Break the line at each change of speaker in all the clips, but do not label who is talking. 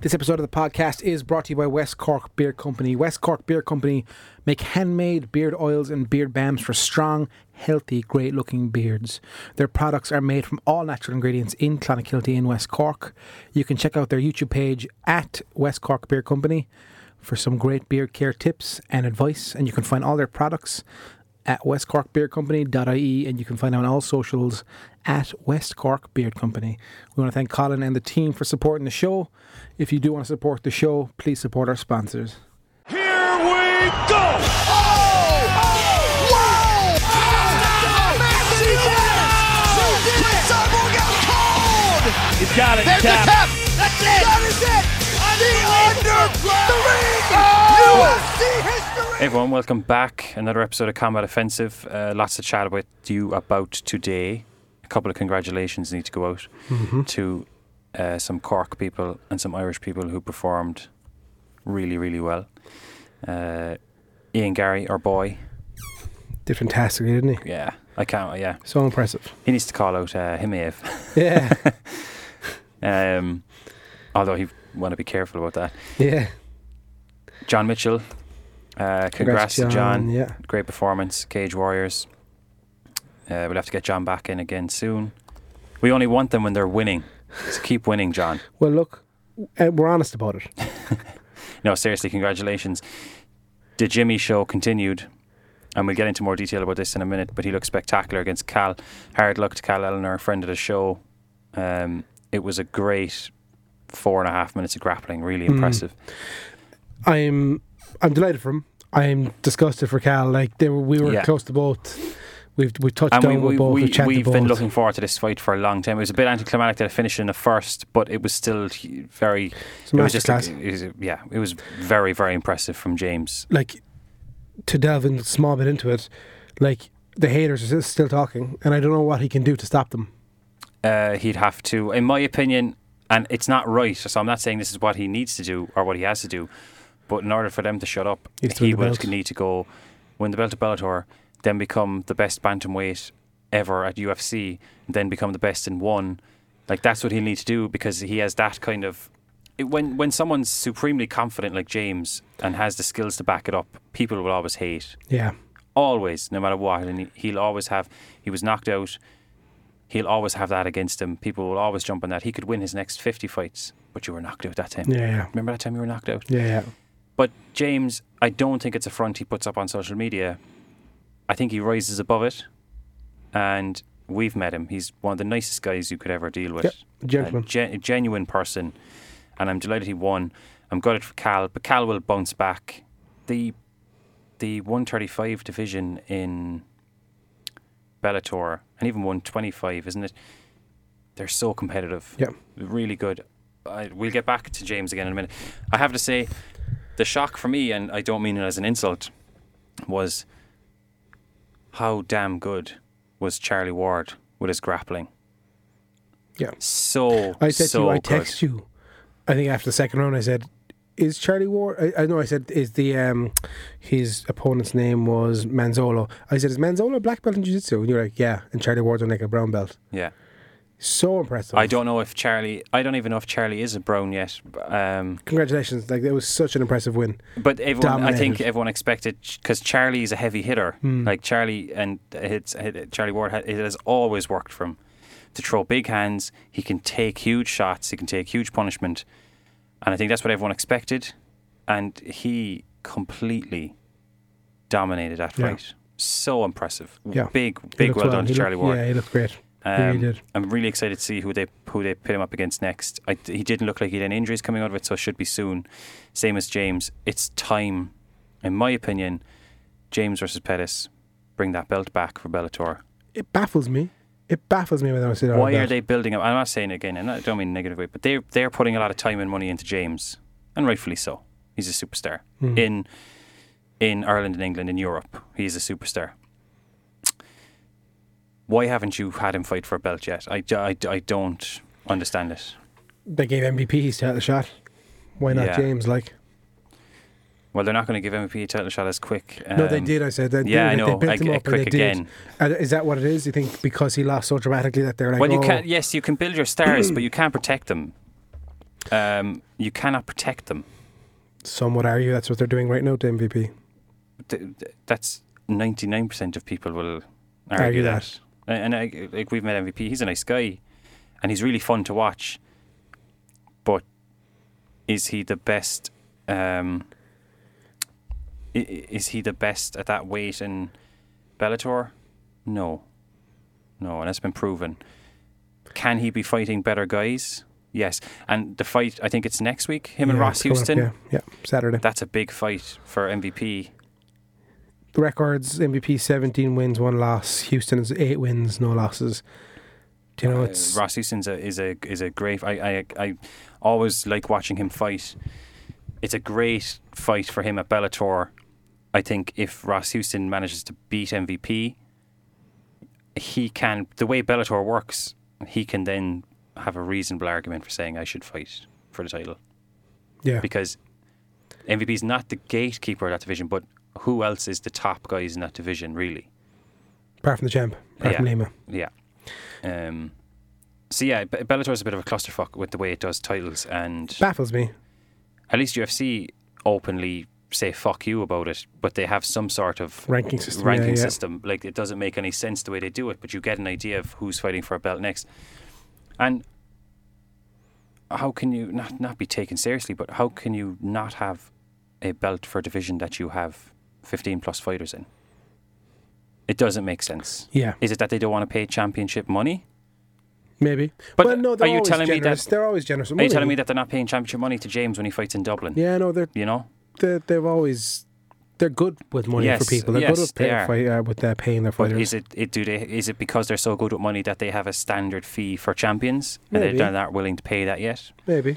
This episode of the podcast is brought to you by West Cork Beer Company. West Cork Beer Company make handmade beard oils and beard balms for strong, healthy, great looking beards. Their products are made from all natural ingredients in Clonakilty in West Cork. You can check out their YouTube page at West Cork Beer Company for some great beard care tips and advice. And you can find all their products at westcorkbeercompany.ie E, and you can find them on all socials at West Cork Beard Company. We want to thank Colin and the team for supporting the show. If you do want to support the show, please support our sponsors.
Here we go! He's got it,
There's the
Cap.
cap. That's it. That is it. The underground
Hey everyone, welcome back. Another episode of Combat Offensive. Uh, lots to chat with you about today. A couple of congratulations need to go out
Mm-hmm.
to uh, some Cork people and some Irish people who performed really, really well. Uh, Ian Gary, our boy.
Did fantastic, didn't he?
Yeah, I can't. Yeah,
So impressive.
he needs to call out uh, him if.
Yeah,
Um, although he want to be careful about that.
yeah.
John Mitchell. Uh, congrats, to John.
Yeah,
great performance, Cage Warriors. Uh, we'll have to get John back in again soon. We only want them when they're winning. So keep winning, John.
well, look, uh, we're honest about it.
No, seriously, congratulations. The Jimmy show continued, and we'll get into more detail about this in a minute, but he looked spectacular against Cal. Hard luck to Cal Eleanor, a friend of the show. Um, it was a great four and a half minutes of grappling, really impressive.
I'm I'm delighted for him. I'm disgusted for Cal. Like they were, we were
Yeah.
close to both. We've we touched
And
down
we,
with
we,
both.
we,
we've chatted
we've
both.
been looking forward to this fight for a long time. It was a bit anticlimactic that it finished in the first, but it was still very
It's a
it was just
masterclass.
it was, yeah, it was very very impressive from James.
like to delve in a small bit into it, like the haters are s- still talking, and I don't know what he can do to stop them.
Uh, he'd have to, in my opinion, and it's not right. So I'm not saying this is what he needs to do or what he has to do, but in order for them to shut up,
He's to win
he
the
will
belt.
need to go win the belt at Bellator, then become the best bantamweight ever at UFC, then become the best in one. Like that's what he'll need to do because he has that kind of. It, when when someone's supremely confident like James and has the skills to back it up, people will always hate.
Yeah,
always, no matter what. And he- he'll always have, he was knocked out. He'll always have that against him. People will always jump on that. He could win his next 50 fights, but you were knocked out that time.
yeah, yeah,
Remember that time you were knocked out?
yeah. yeah.
But James, I don't think it's a front he puts up on social media. I think he rises above it. And we've met him. He's one of the nicest guys you could ever deal with.
Yeah, a gentleman.
A gen- a genuine person. And I'm delighted he won. I'm gutted for Cal, but Cal will bounce back. The the 135 division in Bellator and even 125, isn't it? They're so competitive.
Yeah.
Really good. I, we'll get back to James again in a minute. I have to say, the shock for me, and I don't mean it as an insult, was how damn good was Charlie Ward with his grappling.
Yeah.
So
I said
so
to you, I
good.
text you. I think after the second round, I said, "Is Charlie Ward?" I, I know I said, "Is the um, his opponent's name was Manzolo?" I said, "Is Manzolo a black belt in jiu-jitsu?" And you're like, "Yeah." And Charlie Ward's on like a brown belt.
Yeah.
So impressive.
I don't know if Charlie. I don't even know if Charlie is a brown yet. Um,
Congratulations! Like it was such an impressive win.
But everyone, I think
Dominated.
everyone expected because Charlie is a heavy hitter.
Hmm.
Like Charlie and it's it- Charlie Ward, ha- it has always worked for him to throw big hands. He can take huge shots. He can take huge punishment, and I think that's what everyone expected. And he completely dominated that
Yeah.
fight. So impressive.
Yeah.
Big,
He
big
looked
well done
He
to Charlie
looked-
Ward.
Yeah, he looked great.
Um,
really did.
I'm really excited to see who they who they pit him up against next. I, he didn't look like he had any injuries coming out of it, so it should be soon. Same as James. It's time, in my opinion, James versus Pettis, bring that belt back for Bellator.
It baffles me. It baffles me when I see Oh, that.
Why are they building up? I'm not saying again, and I don't mean in a negative way, but they they're putting a lot of time and money into James, and rightfully so. He's a superstar
Hmm.
in in Ireland and England, in Europe. He's a superstar. Why haven't you had him fight for a belt yet? I, d- I d- I don't understand it.
They gave MVP his title shot. Why not
Yeah.
James? Like,
Well, they're not going to give MVP a title shot as quick.
no, they
um,
did. I said that.
yeah, I
they,
know.
They built
I-
him
I-
up
quick
and they
again.
Did. Uh, Is that what it is? You think because he lost so dramatically that they're like,
Well, you
oh,
can't. Yes, you can build your stars, but you can't protect them. Um, you cannot protect them.
Some would argue that's what they're doing right now to MVP.
Th- th- That's ninety nine percent of people will argue,
Argue
that.
that.
And I, like we've met MVP, he's a nice guy, and he's really fun to watch. But is he the best? Um, i- i- is he the best at that weight in Bellator? No, no, and that's been proven. Can he be fighting better guys? Yes, and the fight I think it's next week. Him and
Yeah,
Ross
it's coming
Houston.
Up, yeah, yeah, Saturday.
That's a big fight for MVP.
The records MVP 17 wins, one loss. Houston is eight wins, no losses. Do you know it's.
Uh, Ross Houston's a, is a is a great. I, I I always like watching him fight. It's a great fight for him at Bellator. I think if Ross Houston manages to beat MVP, he can. The way Bellator works, he can then have a reasonable argument for saying I should fight for the title
yeah.
because MVP is not the gatekeeper of that division, but who else is the top guys in that division really?
Apart from the champ, apart
Yeah.
from Lima.
Yeah. Um, so yeah, Be- Bellator is a bit of a clusterfuck with the way it does titles, and
Baffles me.
at least UFC openly say "fuck you" about it, but they have some sort of
Ranking system,
Ranking
yeah, yeah.
system. Like it doesn't make any sense the way they do it, but you get an idea of who's fighting for a belt next. And how can you not not be taken seriously? But how can you not have a belt for a division that you have fifteen plus fighters in? It doesn't make sense.
Yeah.
Is it that they don't want to pay championship money?
Maybe.
But
well, no, they're
are you
always
telling me that-
generous. They're always generous.
Are you telling me that they're not paying championship money to James when he fights in Dublin?
Yeah, no, they're,
You know?
they're, they've always. They're good with money
Yes,
for people. They're
yes,
good with,
they
pay,
are.
fight, uh, with uh, paying their
But
fighters.
is it, it do they is it because they're so good with money that they have a standard fee for champions and
Maybe.
they're not willing to pay that yet?
Maybe.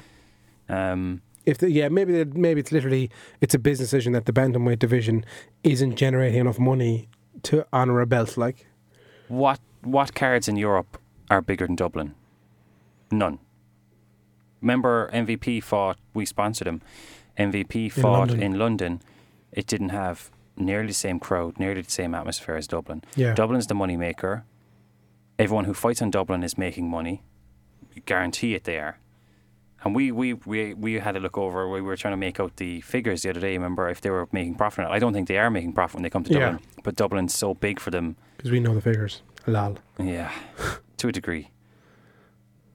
Um,
If they, yeah, maybe they, maybe it's literally it's a business decision that the bantamweight division isn't generating enough money to honor a belt. Like
what what cards in Europe are bigger than Dublin? None. Remember MVP fought we sponsored him. MVP fought
London.
in London. It didn't have nearly the same crowd, nearly the same atmosphere as Dublin.
Yeah.
Dublin's the money maker. Everyone who fights in Dublin is making money. You guarantee it they are. And we, we, we, we had a look over, we were trying to make out the figures the other day, remember, if they were making profit. or not. I don't think they are making profit when they come to
Yeah.
Dublin. But Dublin's so big for them.
because we know the figures. Lol.
Yeah, to a degree.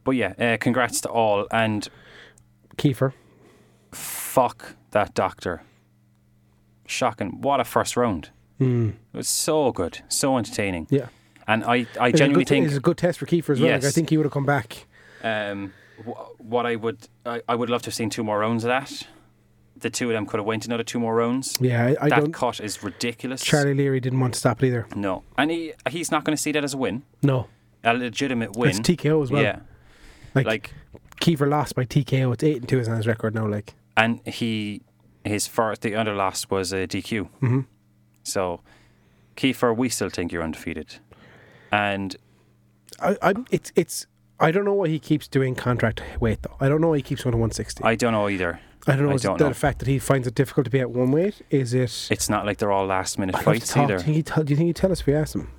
But yeah, uh, congrats to all. And
Kiefer.
fuck that doctor. Shocking. What a first round.
Mm.
It was so good, so entertaining.
Yeah.
And I, I
It's a
genuinely
good t-
think
it's a good test for Kiefer as well. Like, I
Yes.
think he would have come back.
um, wh- what I would I, I would love to have seen two more rounds of that. The two of them could have went another two more rounds.
Yeah, I, I
that
don't.
cut is ridiculous.
Charlie Leary didn't want to stop it either.
No, and he he's not going to see that as a win,
No,
a legitimate win.
it's TKO as well.
Yeah,
like,
like
Kiefer lost by TKO. It's eight and two is on his record now. Like
and he his first the other loss was a DQ. Mm-hmm. So, Kiefer, we still think you're undefeated, and
I, I, it's it's. I don't know why he keeps doing contract weight though. I don't know why he keeps going to 160. I,
I don't know either.
don't know.
I
is
don't
it the
know.
fact that he finds it difficult to be at one weight? Is it?
It's not like they're all last minute
I'd love to
fights
talk
either.
to- he'd tell- do you think he'd tell us if we asked him?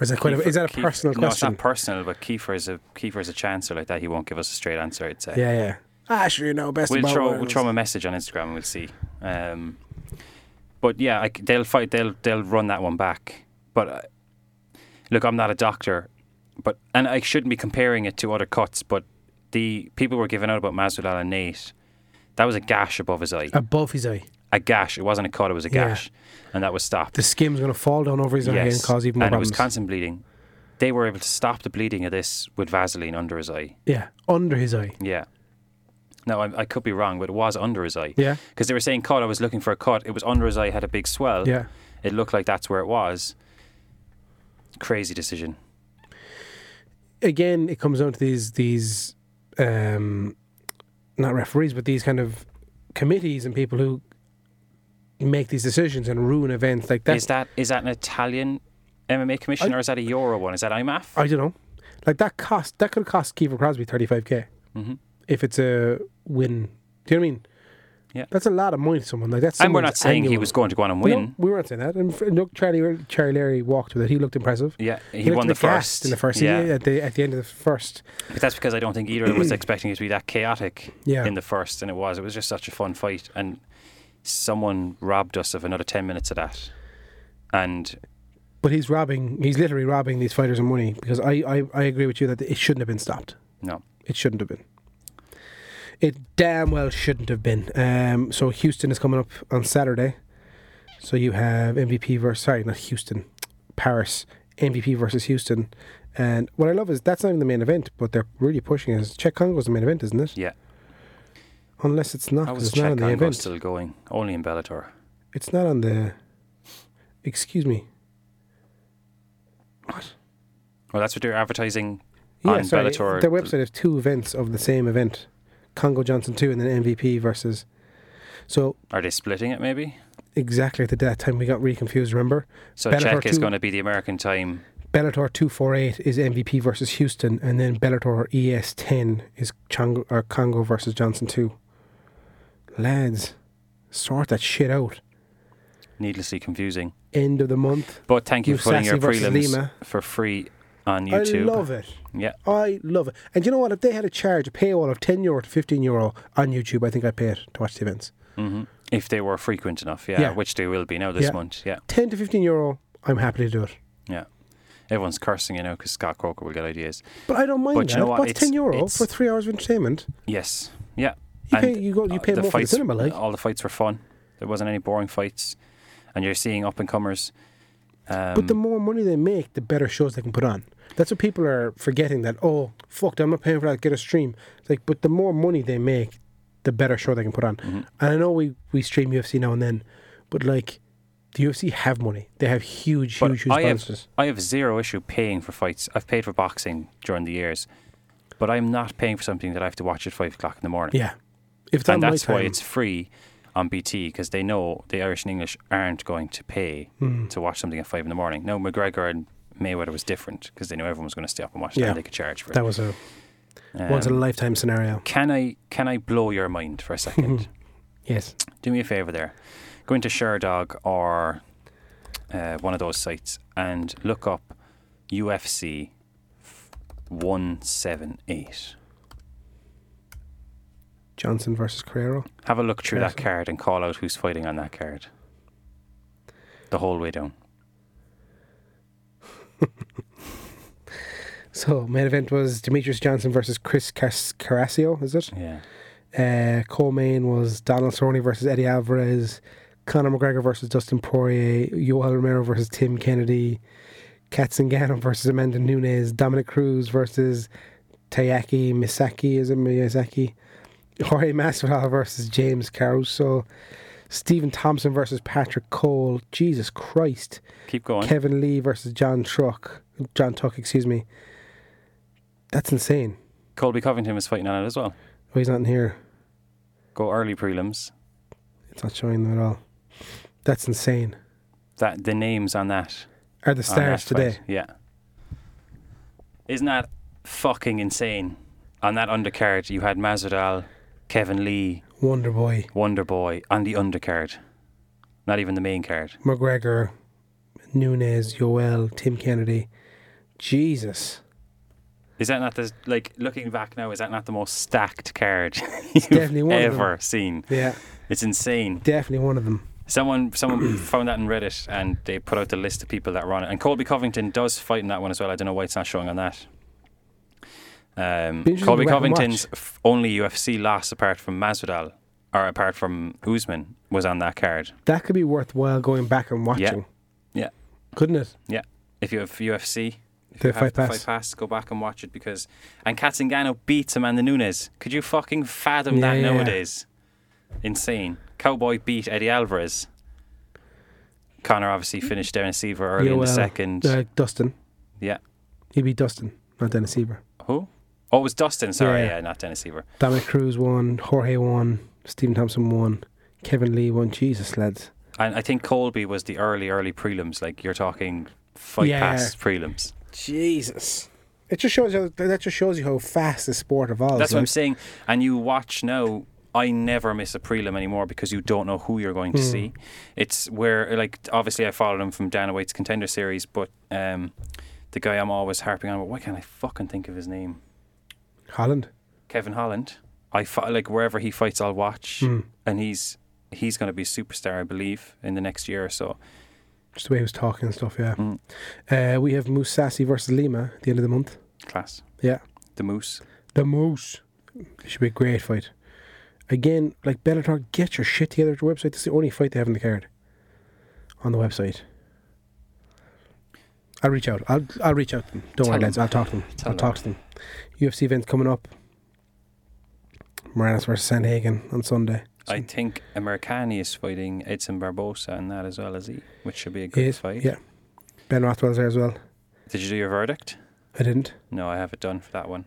Or is that quite? a,
Kiefer-
is that a
Kiefer-
personal
No, it's
question?
not personal, but Kiefer is a Kiefer is a chancer like that. He won't give us a straight answer. I'd say.
yeah, yeah. Ah, sure, you know best.
We'll
about
throw
worlds.
we'll throw him a message on Instagram and we'll see. Um, but yeah, I c they'll fight. They'll they'll run that one back. But uh, look, I'm not a doctor, but and I shouldn't be comparing it to other cuts. But the people were giving out about Masvidal and Nate. That was a gash above his eye.
above his eye.
A gash. It wasn't a cut. It was a
Yeah.
gash, and that was stopped.
The skin's going to fall down over his eye and cause even more
and it was
problems.
constant bleeding. They were able to stop the bleeding of this with Vaseline under his eye.
yeah, under his eye.
Yeah. No, I, I could be wrong, but it was under his eye.
Yeah.
Because they were saying cut. I was looking for a cut. It was under his eye. Had a big swell.
Yeah.
It looked like that's where it was. Crazy decision.
again, it comes down to these these um, not referees, but these kind of committees and people who make these decisions and ruin events like that.
Is that is that an Italian MMA commission or is that a Euro one? Is that IMAF?
I don't know. Like that cost that
Mm-hmm.
could cost Kiefer Crosby thirty five k if it's a win. Do you know what I mean?
Yeah.
That's a lot of money to someone. Like that's
And we're
someone's
not saying he
annual.
was going to go on and
No,
win.
we weren't saying that. And f- look, Charlie Charlie Larry walked with it. He looked impressive.
Yeah, he,
looked
won the
a bit gassed
first.
in the first.
Yeah,
Yeah, at the at the end of the first.
But that's because I don't think either was expecting it to be that chaotic
Yeah.
in the first, and it was. It was just such a fun fight, and someone robbed us of another ten minutes of that. And
But he's robbing. He's literally robbing these fighters of money because I I, I agree with you that it shouldn't have been stopped.
no,
It shouldn't have been. It damn well shouldn't have been. Um, so Houston is coming up on Saturday. So you have MVP versus sorry, not Houston, Paris. MVP versus Houston. And what I love is that's not even the main event, but they're really pushing it. Czech Congo's the main event, isn't it?
yeah,
Unless it's not,
I
'cause
was
it's not on
check
the
on
event.
still going only in Bellator.
It's not on the. Excuse me.
Well, that's what they're advertising
Yeah,
on
sorry.
Bellator.
Their website has two events of the same event, Congo Johnson two, and then MVP versus. So
Are they splitting it maybe?
exactly at the- that time we got really confused. Remember,
So
Bellator
Czech is
two-
going to be the American time.
Bellator two four eight is MVP versus Houston, and then Bellator ES ten is Congo or Congo versus Johnson two. Lads, sort that shit out.
Needlessly confusing.
End of the month.
But thank you for putting your
Musasi versus
prelims
Lima.
for free on YouTube.
I love it.
Yeah,
I love it. And you know what? If they had a charge, a paywall of ten euro to fifteen euro on YouTube, I think I'd pay it to watch the events.
hmm if they were frequent enough. Yeah,
Yeah.
which they will be now this
Yeah.
month. Yeah.
Ten to fifteen euro, I'm happy to do it.
Yeah. Everyone's cursing, you know, because Scott Croker will get ideas.
But I don't mind
But
that.
you know what?
What's
It's-
ten euro
it's-
for three hours of entertainment?
Yes. Yeah.
You pay- you go- you
uh,
pay more for the
fights-
cinema, like.
All the fights were fun. There wasn't any boring fights. And you're seeing up and comers. Um,
But the more money they make, the better shows they can put on. That's what people are forgetting. That oh fuck, I'm not paying for that. Get a stream. It's like, but the more money they make, the better show they can put on.
Mm-hmm.
And I know we we stream UFC now and then, but like the UFC have money. They have huge,
but
huge, huge
I,
bonuses.
have, I have zero issue paying for fights. I've paid for boxing during the years, but I'm not paying for something that I have to watch at five o'clock in the morning.
Yeah, if it's on
and
my
that's why
time-
it's free on BT because they know the Irish and English aren't going to pay
Hmm.
to watch something at five in the morning. No, McGregor and Mayweather was different because they knew everyone was going to stay up and watch it
Yeah.
and they could charge for it.
that was a
Um,
once in a lifetime scenario.
can I can I blow your mind for a second?
Yes,
Do me a favor there. Go into SureDog or uh, one of those sites and look up UFC one seven eight.
Johnson versus Carrero.
Have a look through that card and call out who's fighting on that card. The whole way down.
So main event was Demetrius Johnson versus Chris Cas- Carrasio. Is it?
Yeah.
Uh, co-main was Donald Cerrone versus Eddie Alvarez, Conor McGregor versus Dustin Poirier, Yoel Romero versus Tim Kennedy, Katzengano versus Amanda Nunes, Dominic Cruz versus Tayaki Misaki, is it Miyazaki? Jorge Masvidal versus James Caruso, Stephen Thompson versus Patrick Cole, Jesus Christ,
Keep going.
Kevin Lee versus John Truck, John Tuck, excuse me. That's insane.
Colby Covington is fighting on it as well.
Oh, he's not in here.
Go early prelims.
It's not showing them at all. That's insane.
That the names on that
Are the
on that
stars today?
fight. Yeah. Isn't that fucking insane? On that undercard, you had Masvidal, Kevin Lee,
Wonder Boy,
Wonder Boy, on the undercard. Not even the main card.
McGregor, Nunez, Yoel, Tim Kennedy. Jesus.
Is that not the like looking back now? Is that not the most stacked card you've
definitely one of them.
ever seen?
Yeah,
It's insane.
definitely one of them.
Someone someone found that in Reddit and they put out the list of people that were on it. And Colby Covington does fight in that one as well. I don't know why it's not showing on that. Um,
Be interesting
Colby
to go back and
Covington's f- only UFC loss, apart from Masvidal or apart from Usman, was on that card.
That could be worthwhile going back and watching,
Yeah,
couldn't it?
yeah. If you have UFC, if
The
you have
Fight
the
Pass.
fight pass, go back and watch it because and Katzengano beats Amanda Nunes. Could you fucking fathom that
Yeah.
nowadays? Insane. Cowboy beat Eddie Alvarez. Connor obviously finished Dennis Seaver early in the
Yoel,
second.
Uh, Dustin.
yeah.
He beat Dustin, not Dennis Seaver.
Who? Oh, it was Dustin. Sorry,
Yeah.
yeah, not Dennis Seaver.
Dominic Cruz won. Jorge won. Stephen Thompson won. Kevin Lee won. Jesus, lads.
And I think Colby was the early, early prelims. Like you're talking fight
Yeah.
pass prelims.
Jesus. It just shows you. That just shows you how fast the sport evolves.
That's what I'm
like.
saying. And you watch now I never miss a prelim anymore because you don't know who you're going to see. It's where, like, obviously I followed him from Dana White's Contender Series, but um, the guy I'm always harping on, about, why can't I fucking think of his name?
Holland.
Kevin Holland. I fi- like wherever he fights, I'll watch, and he's he's going to be a superstar, I believe, in the next year or so.
Just the way he was talking and stuff, yeah.
Mm.
Uh, we have Musasi versus Lima at the end of the month.
Class,
Yeah.
the Moose.
The Moose. It should be a great fight. Again, like Bellator, get your shit together at your website. This is the only fight they have in the card. On the website. I'll reach out. I'll I'll reach out to them. Don't
Tell
worry,
them.
lads. I'll talk to them.
Tell
I'll talk to them. UFC event coming up. Moranis versus Sandhagen on Sunday.
I think Americani is fighting Edson Barbosa and that as well as he, which should be a good
Yes,
fight.
Yeah. Ben Rothwell's there as well.
Did you do your verdict?
I didn't.
No, I have it done for that one.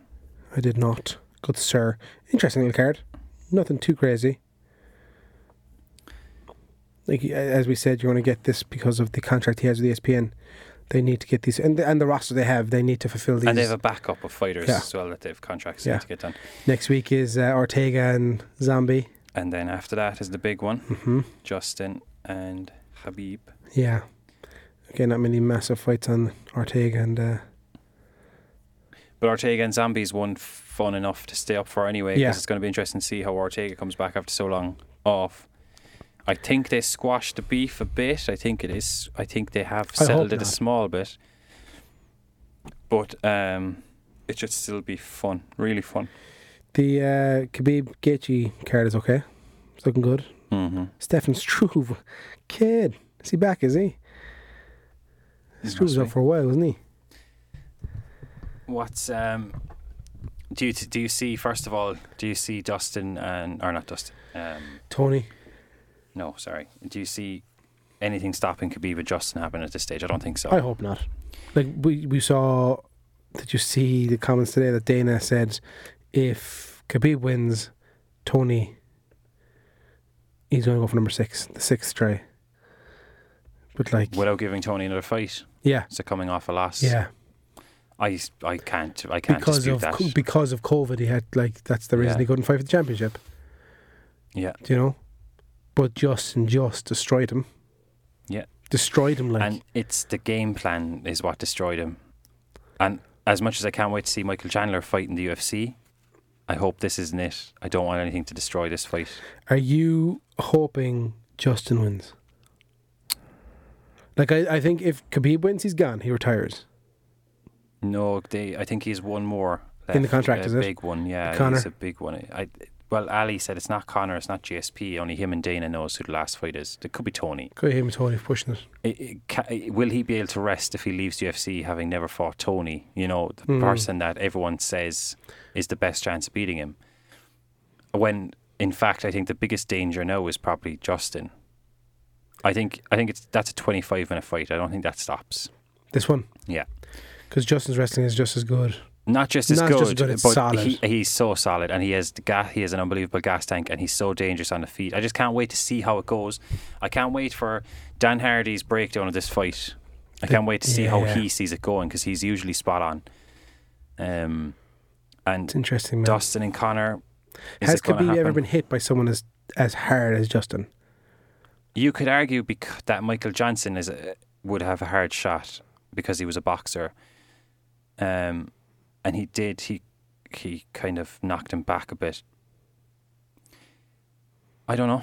I did not. Good sir. Interesting little card. Nothing too crazy. Like a- as we said, you want to get this because of the contract he has with E ESPN. They need to get these and the, and the roster they have. They need to fulfill these.
And they have a backup of fighters
Yeah.
as well that they've contracts
Yeah.
yeah. to get done.
Next week is uh, Ortega and Zombie.
And then after that is the big one,
Mm-hmm.
Justin and Habib.
Yeah. Okay, not many massive fights on Ortega and uh,
But Ortega and Zambi's one fun enough to stay up for anyway.
Yeah.
Because it's going to be interesting to see how Ortega comes back after so long off. I think they squashed the beef a bit. I think it is. I think they have
I hope
settled it a
not.
small bit. But um, it should still be fun, really fun.
the uh, Khabib Gaethje card is okay. It's looking good.
Mm-hmm.
Stefan Struve, kid, is he back? Is he? Struve was out for a while, wasn't he?
What's um, do you do you see first of all? Do you see Dustin and or not Dustin? Um,
Tony.
no, sorry. Do you see anything stopping Khabib and Justin happen at this stage? I don't think so.
I hope not. Like we we saw. Did you see the comments today that Dana said, if Khabib wins, Tony, he's going to go for number six, the sixth try. But like,
Without giving Tony another fight,
yeah,
so coming off a loss,
yeah,
I I can't I can't
because
dispute
of
that.
co- because of COVID, he had like that's the reason
Yeah.
he couldn't fight for the championship.
yeah,
Do you know? But Justin just destroyed him.
Yeah.
destroyed him like
and it's the game plan is what destroyed him. And as much as I can't wait to see Michael Chandler fight in the UFC, I hope this isn't it. I don't want anything to destroy this fight.
Are you hoping Justin wins? Like I, I think if Khabib wins, he's gone. He retires.
No, they. I think he's one more
In the
left,
contract,
a
is it?
big one. Yeah,
Conor?
it's a big one. I well, Ali said it's not Connor, it's not GSP. Only him and Dana knows who the last fight is. It could be Tony.
Good him Tony for pushing it.
It, it, ca- it- will he be able to rest if he leaves UFC having never fought Tony? You know, the
Hmm.
person that everyone says is the best chance of beating him. When in fact, I think the biggest danger now is probably Justin. I think I think it's that's a twenty-five minute fight. I don't think that stops.
This one
Yeah.
because Justin's wrestling is just as good.
not just as
Not
good,
just as good, it's
but
solid.
He, he's so solid, and he has the gas. He has an unbelievable gas tank, and he's so dangerous on the feet. I just can't wait to see how it goes. I can't wait for Dan Hardy's breakdown of this fight. I can't wait to see how
yeah.
he sees it going because he's usually spot on. Um, and
It's interesting. Man.
Dustin and Connor. is
Has
it gonna
Khabib ever
happen?
been hit by someone as as hard as Justin?
You could argue bec- that Michael Johnson is a, would have a hard shot because he was a boxer, um, and he did. He he kind of knocked him back a bit. I don't know.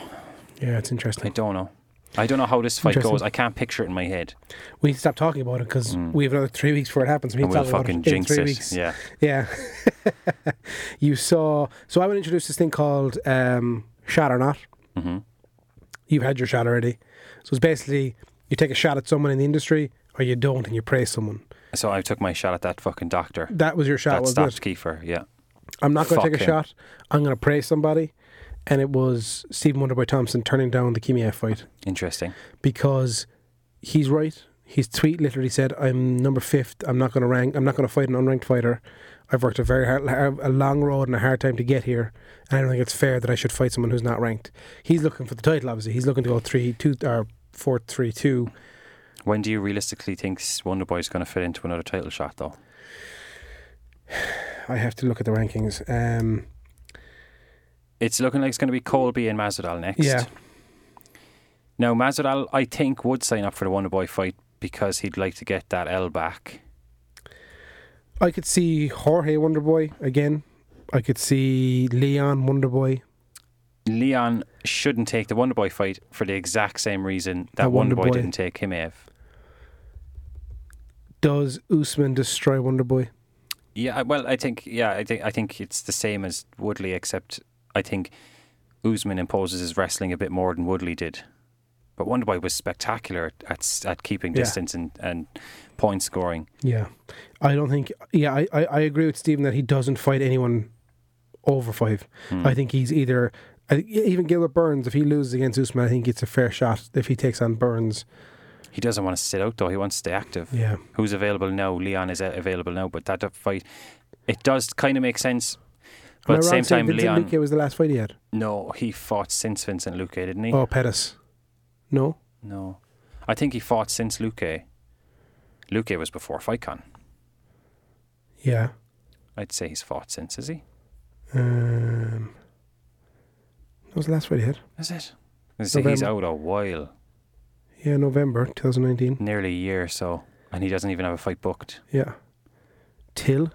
Yeah, it's
I
interesting.
don't know. I don't know how this fight
Interesting.
goes. I can't picture it in my head.
We need to stop talking about it because we have another three weeks before it happens. We need
Mm. And
to
we'll
talk about
fucking
it in
jinx
three
it.
weeks.
Yeah.
Yeah. you saw. So I would introduce this thing called um, Shot or Not.
hmm
You've had your shot already. So it's basically you take a shot at someone in the industry or you don't and you praise someone.
So I took my shot at that fucking doctor.
That was your shot,
That
wasn't
stopped
it?
Kiefer. Yeah.
I'm not going to
Fuck
take a
him.
shot. I'm going to praise somebody. And it was Stephen Wonderboy Thompson turning down the Kimia fight
Interesting.
because he's right. His tweet literally said, "I'm number fifth. I'm not going to rank. I'm not going to fight an unranked fighter. I've worked a very hard, a long road and a hard time to get here, and I don't think it's fair that I should fight someone who's not ranked." He's looking for the title, obviously. He's looking to go three two or four three two.
When do you realistically think Wonderboy is going to fit into another title shot, though?
I have to look at the rankings. Um,
It's looking like it's going to be Colby and Masvidal next.
Yeah.
Now Masvidal, I think, would sign up for the Wonderboy fight because he'd like to get that L back.
I could see Jorge Wonderboy again. I could see Leon Wonderboy.
Leon shouldn't take the Wonderboy fight for the exact same reason that
The Wonder
Wonderboy
Boy.
didn't take Himev.
Does Usman destroy Wonderboy?
Yeah, I- well, I think yeah, I think I think it's the same as Woodley, except I think Usman imposes his wrestling a bit more than Woodley did. But Wonderboy was spectacular at at, s- at keeping
Yeah.
distance and, and point scoring.
Yeah. I don't think. Yeah, I, I, I agree with Stephen that he doesn't fight anyone over five.
Hmm.
I think he's either. I, even Gilbert Burns, if he loses against Usman, I think it's a fair shot if he takes on Burns.
He doesn't want to sit out though; he wants to stay active.
Yeah.
Who's available now? Leon is a- available now, but that fight it does kind of make sense.
Am I
But at the
wrong
same
saying
time,
Vincent
Leon,
Luque was the last fight he had.
no, he fought since Vincent Luque, didn't he?
Oh, Pettis. No.
No, I think he fought since Luque. Luque was before FightCon.
Yeah.
I'd say he's fought since, is he?
Um, that was the last fight he had.
Is it? I say he's out
November.
a while,
Yeah, November 2019.
nearly a year or so, and he doesn't even have a fight booked
Yeah. Till.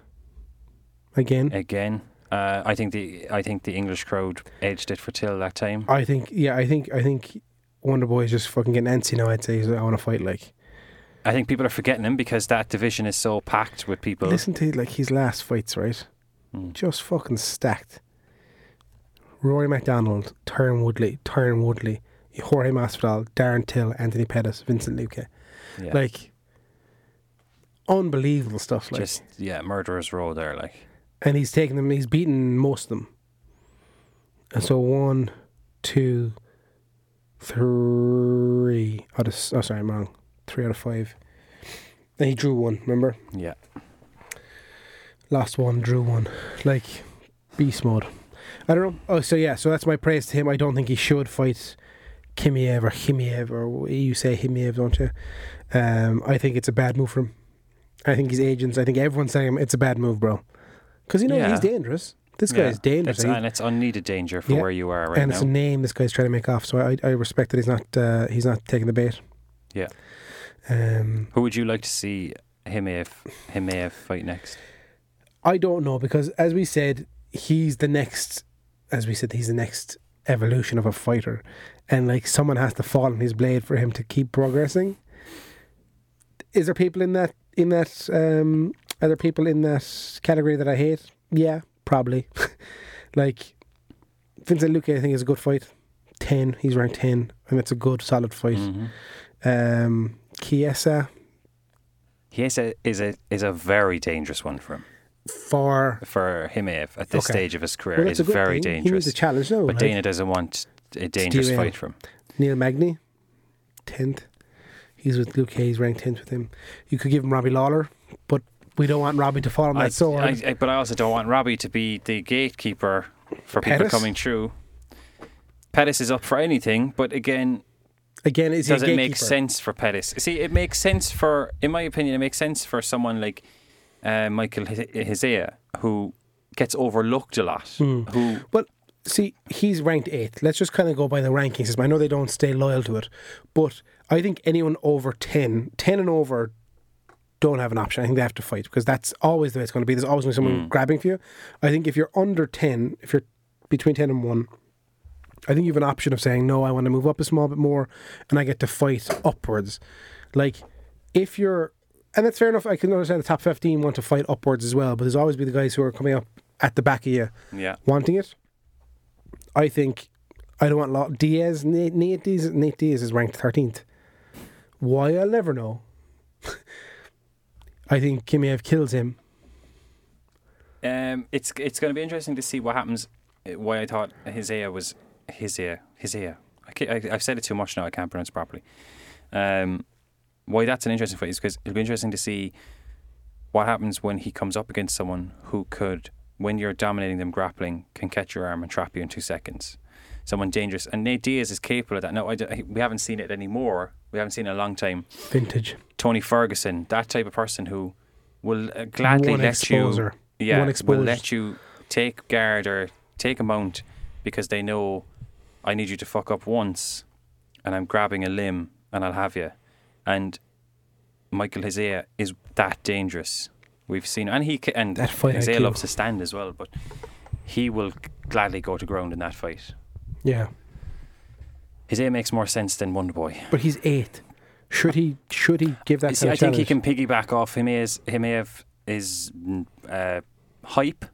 Again.
again. Uh, I think the I think the English crowd edged it for Till that time.
I think, yeah, I think, I think Wonderboy is just fucking getting antsy now. I'd say he's like, I want to fight. Like,
I think people are forgetting him because that division is so packed with people.
listen to like his last fights, right?
Hmm.
Just fucking stacked. Rory MacDonald, Tyron Woodley, Tyron Woodley, Jorge Masvidal, Darren Till, Anthony Pettis, Vincent Luque.
yeah.
Like, unbelievable stuff. Like,
just yeah, murderers row there. Like
and he's taken them. He's beaten most of them. And so one, two, three out of. s- Oh, sorry, I'm wrong. Three out of five. And he drew one. Remember,
yeah,
last one, drew one. Like beast mode. I don't know. Oh, so yeah. So that's my praise to him. I don't think he should fight Kimiev or Himiev or wh- you say Himiev, don't you? Um, I think it's a bad move for him. I think his agents. I think everyone's saying it's a bad move, bro. Because you know
Yeah.
he's dangerous. This guy
Yeah.
is dangerous.
It's,
He's-
and it's unneeded danger for
Yeah.
where you are right
and
now.
it's a name this guy's trying to make off. So I, I respect that he's not uh, he's not taking the bait.
Yeah.
Um,
Who would you like to see him if him if fight next?
I don't know because as we said, he's the next. As we said, he's the next evolution of a fighter, and like someone has to fall on his blade for him to keep progressing. Is there people in that in that um, are there people in that category that I hate? Yeah, probably. like Vincent Luque, I think is a good fight. Ten, he's ranked ten, and it's a good solid fight.
Mm-hmm.
Um, Chiesa
He is a is a is a very dangerous one for him.
for
For him if at this
Okay.
stage of his career
well,
is
that's a good
very
thing. He
dangerous.
needs a challenge now.
But
like-
Dana doesn't want a dangerous
derail.
fight from.
Neil Magny, 10th. He's with Luke Hayes, ranked 10th with him. You could give him Robbie Lawler, but we don't want Robbie to fall on
I,
that sword.
I, I- but I also don't want Robbie to be the gatekeeper for people
Pettis?
coming through. Pettis is up for anything, but again,
Again, is he a
does it make
gatekeeper?
sense for Pettis? See, it makes sense for, in my opinion, it makes sense for someone like uh, Michael Hizea, who gets overlooked a lot.
Hmm.
Who,
But see, he's ranked 8th. Let's just kind of go by the ranking system. I know they don't stay loyal to it, but I think anyone over 10, 10 and over, don't have an option. I think they have to fight because that's always the way it's going to be. There's always going to be someone grabbing for you. I think if you're under 10, if you're between 10 and 1, I think you have an option of saying, no, I want to move up a small bit more and I get to fight upwards. Like, if you're, and that's fair enough, I can understand the top 15 want to fight upwards as well, but there's always be the guys who are coming up at the back of you
yeah,
wanting it. I think, I don't want lot. Diaz, Nate, Nate, Diaz, Nate Diaz is ranked 13th. Why, I'll never know. I think Kimiev kills him.
um, it's it's going to be interesting to see what happens. uh, Why I thought Hizea was Hizea Hizea. I can I, I've said it too much now. I can't pronounce it properly. Um, why that's an interesting fight is because it'll be interesting to see what happens when he comes up against someone who could, when you're dominating them grappling, can catch your arm and trap you in two seconds. Someone dangerous, and Nate Diaz is capable of that. No, I don't- we haven't seen it anymore. We haven't seen it in a long time.
Vintage.
Tony Ferguson, that type of person who will uh, gladly
One
let
exposure.
you, yeah,
One
will
exposure.
let you take guard or take a mount because they know I need you to fuck up once, and I'm grabbing a limb and I'll have you. And Michael Hezea is that dangerous. We've seen, and he ca- and
That fight
Hezea
IQ.
loves to stand as well, but he will gladly go to ground in that fight.
Yeah.
Hezea makes more sense than Wonder Boy.
But he's eight. Should he? Should he give that?
See,
kind
I
of
think he
challenge?
can piggyback off him is him of his mm, uh, hype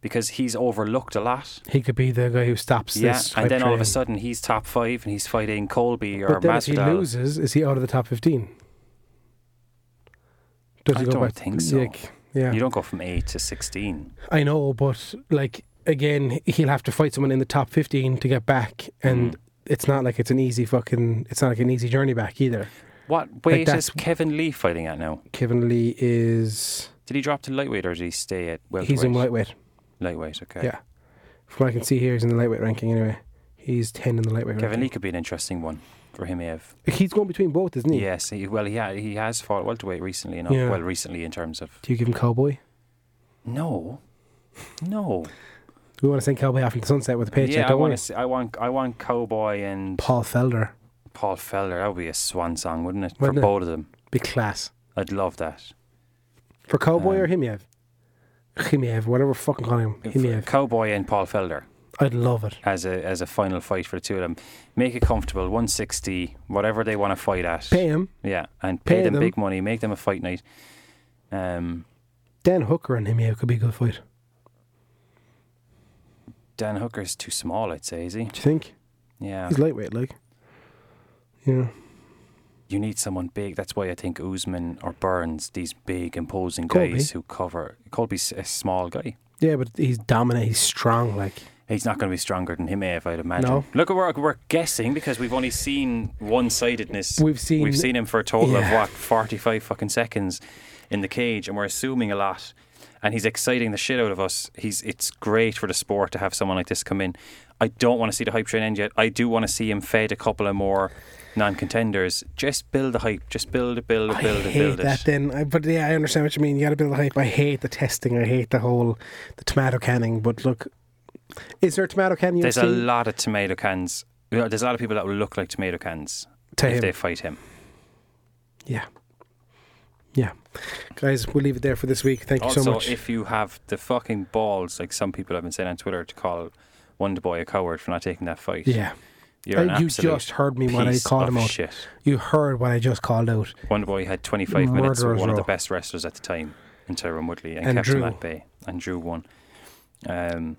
because he's overlooked a lot.
He could be the guy who stops
yeah,
this.
and
hype
then all of
train.
a sudden he's top five and he's fighting Colby or
but then if he
Masvidal.
loses, is he out of the top fifteen? Does
I
he go
don't
back?
think so.
Like, yeah,
You don't go from eight to sixteen.
I know, but like again, he'll have to fight someone in the top fifteen to get back, and
Mm-hmm.
it's not like it's an easy fucking. It's not like an easy journey back either.
What weight
that's-
is Kevin Lee fighting at now?
Kevin Lee is
Did he drop to lightweight or did he stay at welterweight?
he's in lightweight.
lightweight. Okay.
Yeah, from what I can see here, he's in the lightweight ranking anyway. He's ten in the lightweight
Kevin Lee
ranking.
could be an interesting one for him. Ev.
He's going between both, isn't he?
Yes. He, well, he ha- he has fought welterweight recently enough.
Yeah.
Well, recently in terms of
Do you give him Cowboy?
no, no.
We want to send Cowboy off into the sunset with a paycheck.
yeah, I
don't
want
we?
to. See, I want. I want Cowboy and
Paul Felder.
Paul Felder. That would be a swan song, wouldn't it?
Wouldn't
for
it?
both of them,
Be class.
I'd love that.
For Cowboy or
Um,
Himiev? Himiev, whatever we're fucking calling him.
If-
Himiev.
Cowboy and Paul Felder
I'd love it.
as a as a final fight for the two of them. Make it comfortable. One sixty, whatever they want to fight at.
Pay him,
Yeah, and pay,
Pay
them,
them.
big money. Make them a fight night. Um,
Dan Hooker and Himiev could be a good fight.
Dan Hooker's too small, I'd say. Is he?
Do you think?
Yeah,
He's lightweight, like. Yeah.
you need someone big. That's why I think Usman or Burns, these big imposing
Colby.
guys who cover. Colby's a small guy.
Yeah, but he's dominant. He's strong, like.
He's not going to be stronger than him, eh, if I'd imagine.
No.
Look, we're, we're guessing because we've only seen one sidedness.
We've seen-
We've seen him for a total of,
Yeah.
what, 45 fucking seconds in the cage, and we're assuming a lot. And he's exciting the shit out of us. He's It's great for the sport to have someone like this come in. I don't want to see the hype train end yet. I do want to see him fed a couple of more non contenders. Just build the hype. Just build it, build it, build
I
it,
hate
build
that
it.
then. I, but yeah, I understand what you mean. You got to build the hype. I hate the testing. I hate the whole the tomato canning. But look, is there a tomato can you
There's a lot of tomato cans. you know, There's a lot of people that will look like tomato cans
to
if
him?
they fight him.
Yeah. Yeah. Guys, we'll leave it there for this week. Thank you
Also,
so much.
if you have the fucking balls, like some people have been saying on Twitter, to call Wonder Boy a coward for not taking that fight,
yeah.
you're an
Uh, you
absolute
just heard me when I
piece
called him
of
out.
Shit.
You heard what I just called out.
Wonder Boy had 25 minutes with
Murderer's
one of the
row.
best wrestlers at the time in Tyron Woodley and,
And
kept him
drew.
at bay and drew one. Um,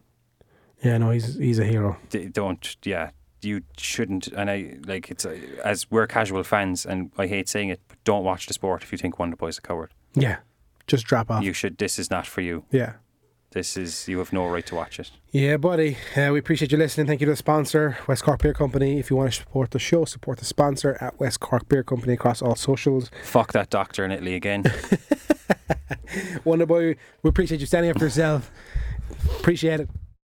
Yeah, no, he's he's a hero.
d- don't, yeah, you shouldn't. And I like it's uh, as we're casual fans, and I hate saying it, but don't watch the sport if you think Wonder Boy's a coward.
Yeah. Just drop off.
You should. This is not for you.
yeah.
This is you have no right to watch it.
Yeah, buddy. Uh, we appreciate you listening. Thank you to the sponsor, West Cork Beer Company. If you want to support the show, support the sponsor at West Cork Beer Company across all socials.
Fuck that doctor in Italy again.
Wonder Boy, we appreciate you standing up for yourself. Appreciate it.